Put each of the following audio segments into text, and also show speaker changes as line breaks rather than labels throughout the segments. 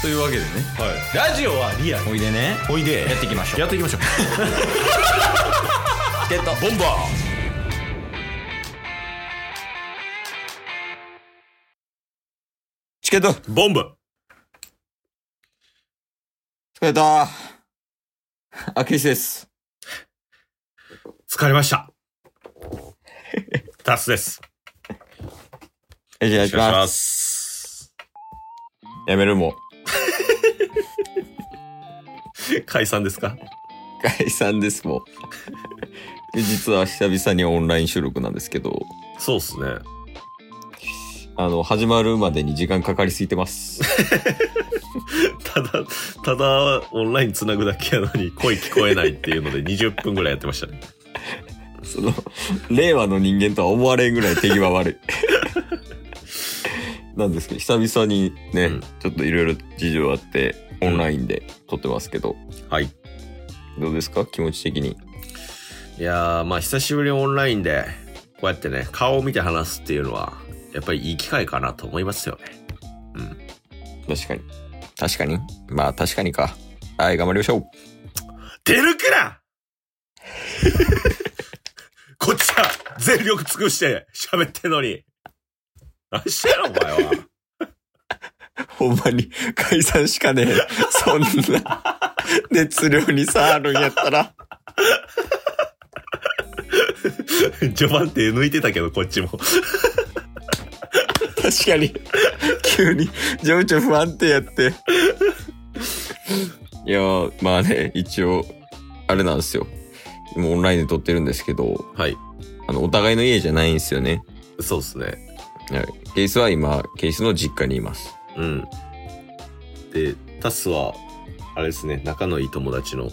というわけでね
はい、ラジオはリアル
おいでね
おいで
やっていきましょう
やっていきましょう
ゲット
ボンバ
チケット
ーボンバ
疲れたあけしです
疲れま したタスです
よろしくお願いします
す
やめるも
解散ですか
う解散ですもう 実は久々にオンライン収録なんですけど
そうっすね
あの始まるまでに時間かかりすぎてます
ただただオンラインつなぐだけやのに声聞こえないっていうの で20分ぐらいやってましたね
その令和の人間とは思われんぐらい手際 悪いなんですけど久々にね、
うん
ちょっといろいろ事情あってオンラインで撮ってますけど、
はい
どうですか気持ち的に
いやーまあ久しぶりにオンラインでこうやってね顔を見て話すっていうのはやっぱりいい機会かなと思いますよね
確かに確かにまあ確かにかはい頑張りましょう
出るから こっちは全力尽くして喋ってんのに。何してんのお前は。
ほんまに解散しかねえ。そんな 熱量に差あるんやったら。
序盤って抜いてたけど、こっちも。
確かに。急に情緒不安定やって。いやー、まあね、一応、あれなんですよ。もうオンラインで撮ってるんですけど、
はい。
あの、お互いの家じゃないんですよね。
そうっすね。
はい。ケイスは今、ケイスの実家にいます。
うん。で、タスは、あれですね、仲のいい友達の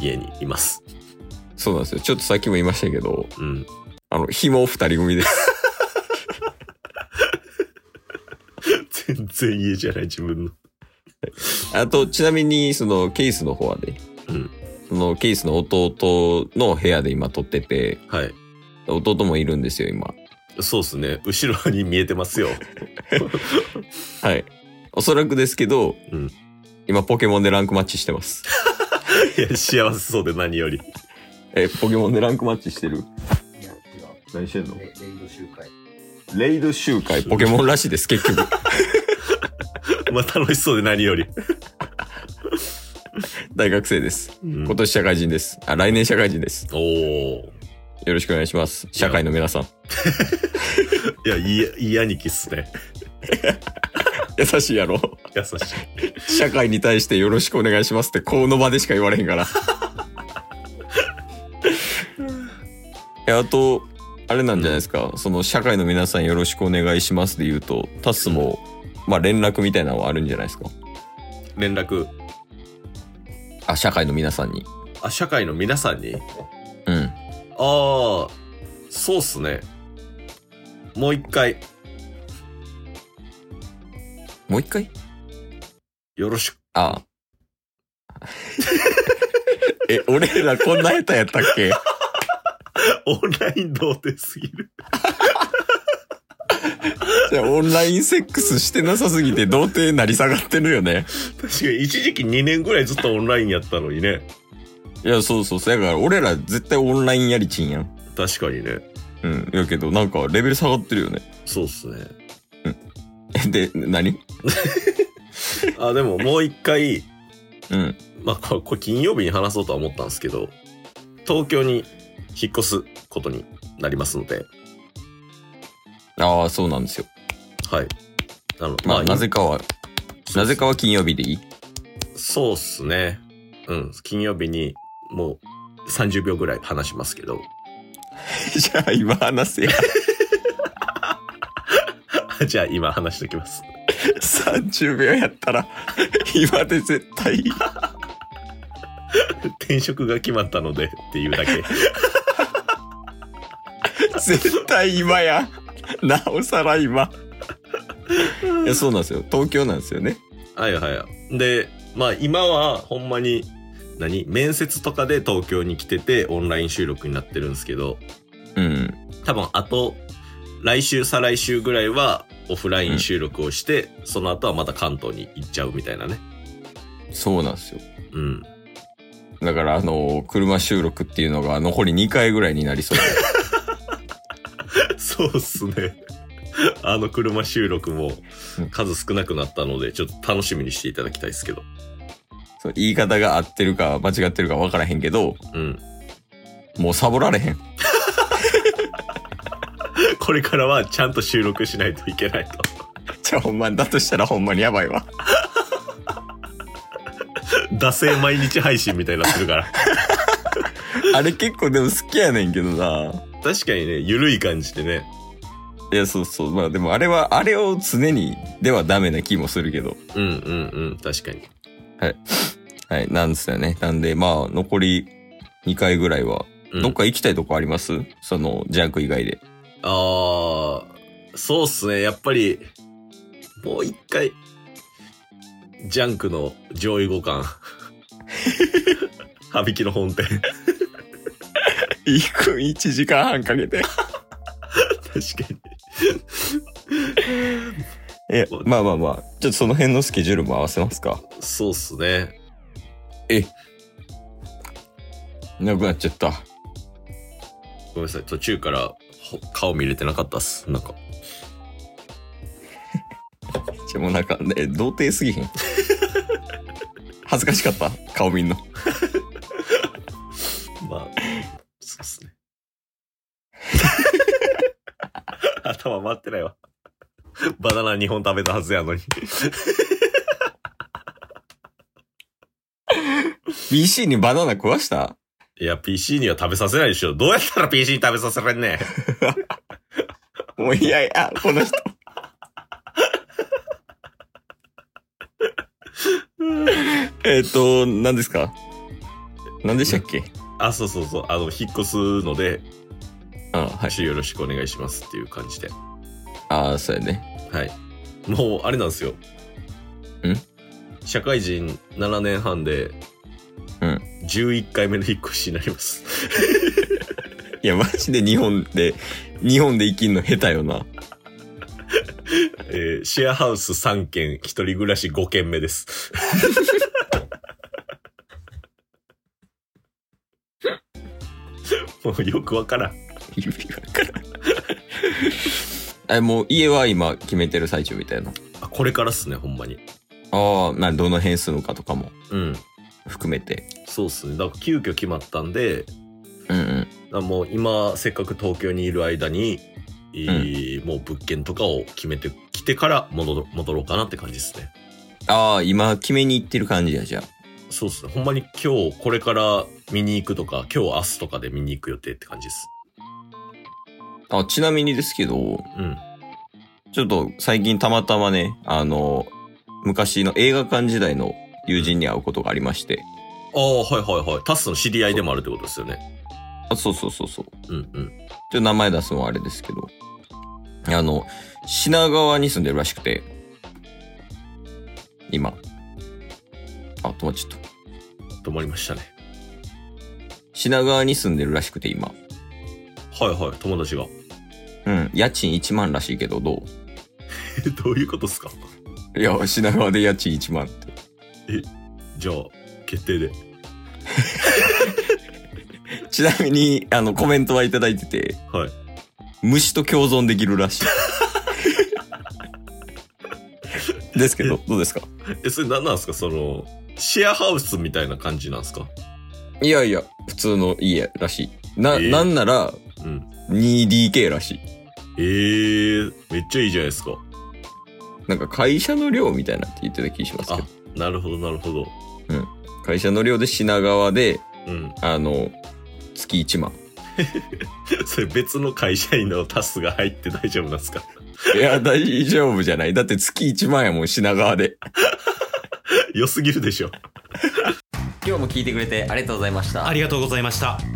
家にいます。
そうなんですよ。ちょっとさっきも言いましたけど、
うん。
あの、紐二人組です。
全然家じゃない、自分の。
あと、ちなみに、その、ケイスの方はね、
うん。
そのケイスの弟の部屋で今撮ってて、
はい。
弟もいるんですよ、今。
そうっすね。後ろに見えてますよ。
はい。おそらくですけど、
うん
今ポケモンでランクマッチしてます。
いや、幸せそうで何より。
え、ポケモンでランクマッチして る
いや、違う。
何してんの
レレイド集会。
レイド集会、ポケモンらしいです、結局。
まあ、楽しそうで何より。
大学生です。
うん
今年社会人です。あ、来年社会人です。
おお。
よろしくお願いします。社会の皆さん。
いや、いい、いい兄貴っすね。
優しいやろ。
優しい。
社会に対してよろしくお願いしますって、この場でしか言われへん から。え、あと、あれなんじゃないですか、その社会の皆さんよろしくお願いしますで言うと、タスも、まあ連絡みたいなのはあるんじゃないですか
連絡。
あ、社会の皆さんに。
あ、社会の皆さんに。
うん。
ああ、そうっすね。もう一回、
もう一回
よろしく。
ああ。 え、俺らこんな下手やったっけ
オンライン童貞すぎる。
じゃあオンラインセックスしてなさすぎて童貞なり下がってるよね。
確かに、一時期2年ぐらいずっとオンラインやったのにね。
いや、そうそうそう。だから俺ら絶対オンラインやりちんやん。
確かにね。
うん。やけど、なんかレベル下がってるよね。
そうっすね。
えで、何
あ、でももう一回、
うん。
まあ、ここれ金曜日に話そうとは思ったんですけど、東京に引っ越すことになりますので、
ああ、そうなんですよ。
はい。あの、
まあ、なぜかは、なぜかは金曜日でい い
そうっすね。うん。金曜日にもう30秒ぐらい話しますけど。
じゃあ今話せや。
じゃあ今話しておきます。
30秒やったら、今で絶対いい。
転職が決まったのでっていうだけ。
絶対今や。なおさら今。いや、そうなんですよ。東京なんですよね。
はいはい。で、まあ今はほんまに、何面接とかで東京に来ててオンライン収録になってるんですけど、
うん。
多分あと、来週、再来週ぐらいはオフライン収録をして、その後はまた関東に行っちゃうみたいなね。
そうなんですよ。
うん。
だから、あの車収録っていうのが残り2回ぐらいになりそうで。
そうっすね。あの車収録も数少なくなったので、ちょっと楽しみにしていただきたいですけど。
そう言い方が合ってるか間違ってるか分からへんけど、
うん。
もうサボられへん。
これからはちゃんと収録しないといけないと。
じゃあほんま、だとしたらほんまにやばいわ。
惰性毎日配信みたいになってるから。
あれ結構でも好きやねんけどな。
確かにね、ゆるい感じでね。
いや、そうそう。まあでもあれは、あれを常にではダメな気もするけど。
うんうんうん、確かに。
はい、なんですよね。なんで、まあ残り2回ぐらいは、
うん
どっか行きたいとこあります、その、ジャンク以外で。
ああ、そうっすね。やっぱり、もう一回、ジャンクの上位互換。 はびきの本店。
行く1時間半かけ て。
確かに。
え、まあまあまあ、ちょっとその辺のスケジュールも合わせますか。
そうっすね。
なくなっちゃった。
ごめんなさい。途中からほ顔見れてなかったっす。なんか。
じゃあもうなんか、え、童貞すぎへん。 恥ずかしかった顔見んの。
まあ、そう っすね。頭回ってないわ。バナナ2本食べたはずやのに。
BC にバナナ食わした
いや、PC には食べさせないでしょ。どうやったら PC に食べさせられんねん。
もういやいや、この人。 えっと、何ですか何でしたっけ
あ、そうそうそう。あの、引っ越すので、
あはい。
一応よろしくお願いしますっていう感じで。
あそうやね。
はい。もう、あれなんですよ。社会人7年半で、
うん。
11回目の引っ越しになります。
いや、マジで日本で、日本で生きんの下手よな。
えーシェアハウス3軒、一人暮らし5軒目です。もうよくわからん。
意味わからん。え、もう家は今決めてる最中みたいな。
あ、これからっすね、ほんまに。
ああ、な、どの辺住むかとかも
うん。
含めて。
そうっすね。だから急遽決まったんで、
うんうん。
だからもう今せっかく東京にいる間に、えーもう物件とかを決めてきてから戻ろ戻ろうかなって感じですね
ああ、今決めに行ってる感じや、じゃあ。
そうですねほんまに今日これから見に行くとか今日明日とかで見に行く予定って感じです
あちなみにですけど、
うん
ちょっと最近たまたまね、あの、昔の映画館時代の友人に会うことがありまして。
ああはいはいはいタスの知り合いでもあるってことですよね
あそうそうそうそう。ちょ
うんうん
っと名前出すのはあれですけど。あの、品川に住んでるらしくて。今。あ、止まっちゃった。
止まりましたね
品川に住んでるらしくて、今。
はいはい友達が
うん。家賃1万らしいけど、ど
えどういうことですか
ういや、品川で家賃1万って。
じゃあ決定で
ちなみに、あの、コメントはいただいてて、
はい
虫と共存できるら しい。ですけど、どうですか
えそれ何なんですかそのシェアハウスみたいな感じなんですか
いやいや、普通の家らしい。な、
えー
なんなら、
うん
2DK らしい。
ええめっちゃいいじゃないですか。
なんか会社の寮みたいなって言ってた気しますけど。
なるほど、なるほど。
会社の寮で品川で、
うん。
あの、月1万。
それ別の会社員のタスが入って大丈夫なんですか
いや、大丈夫じゃない。だって月1万やもん、品川で。
良すぎるでしょ。
今日も聞いてくれてありがとうございました
ありがとうございました。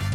す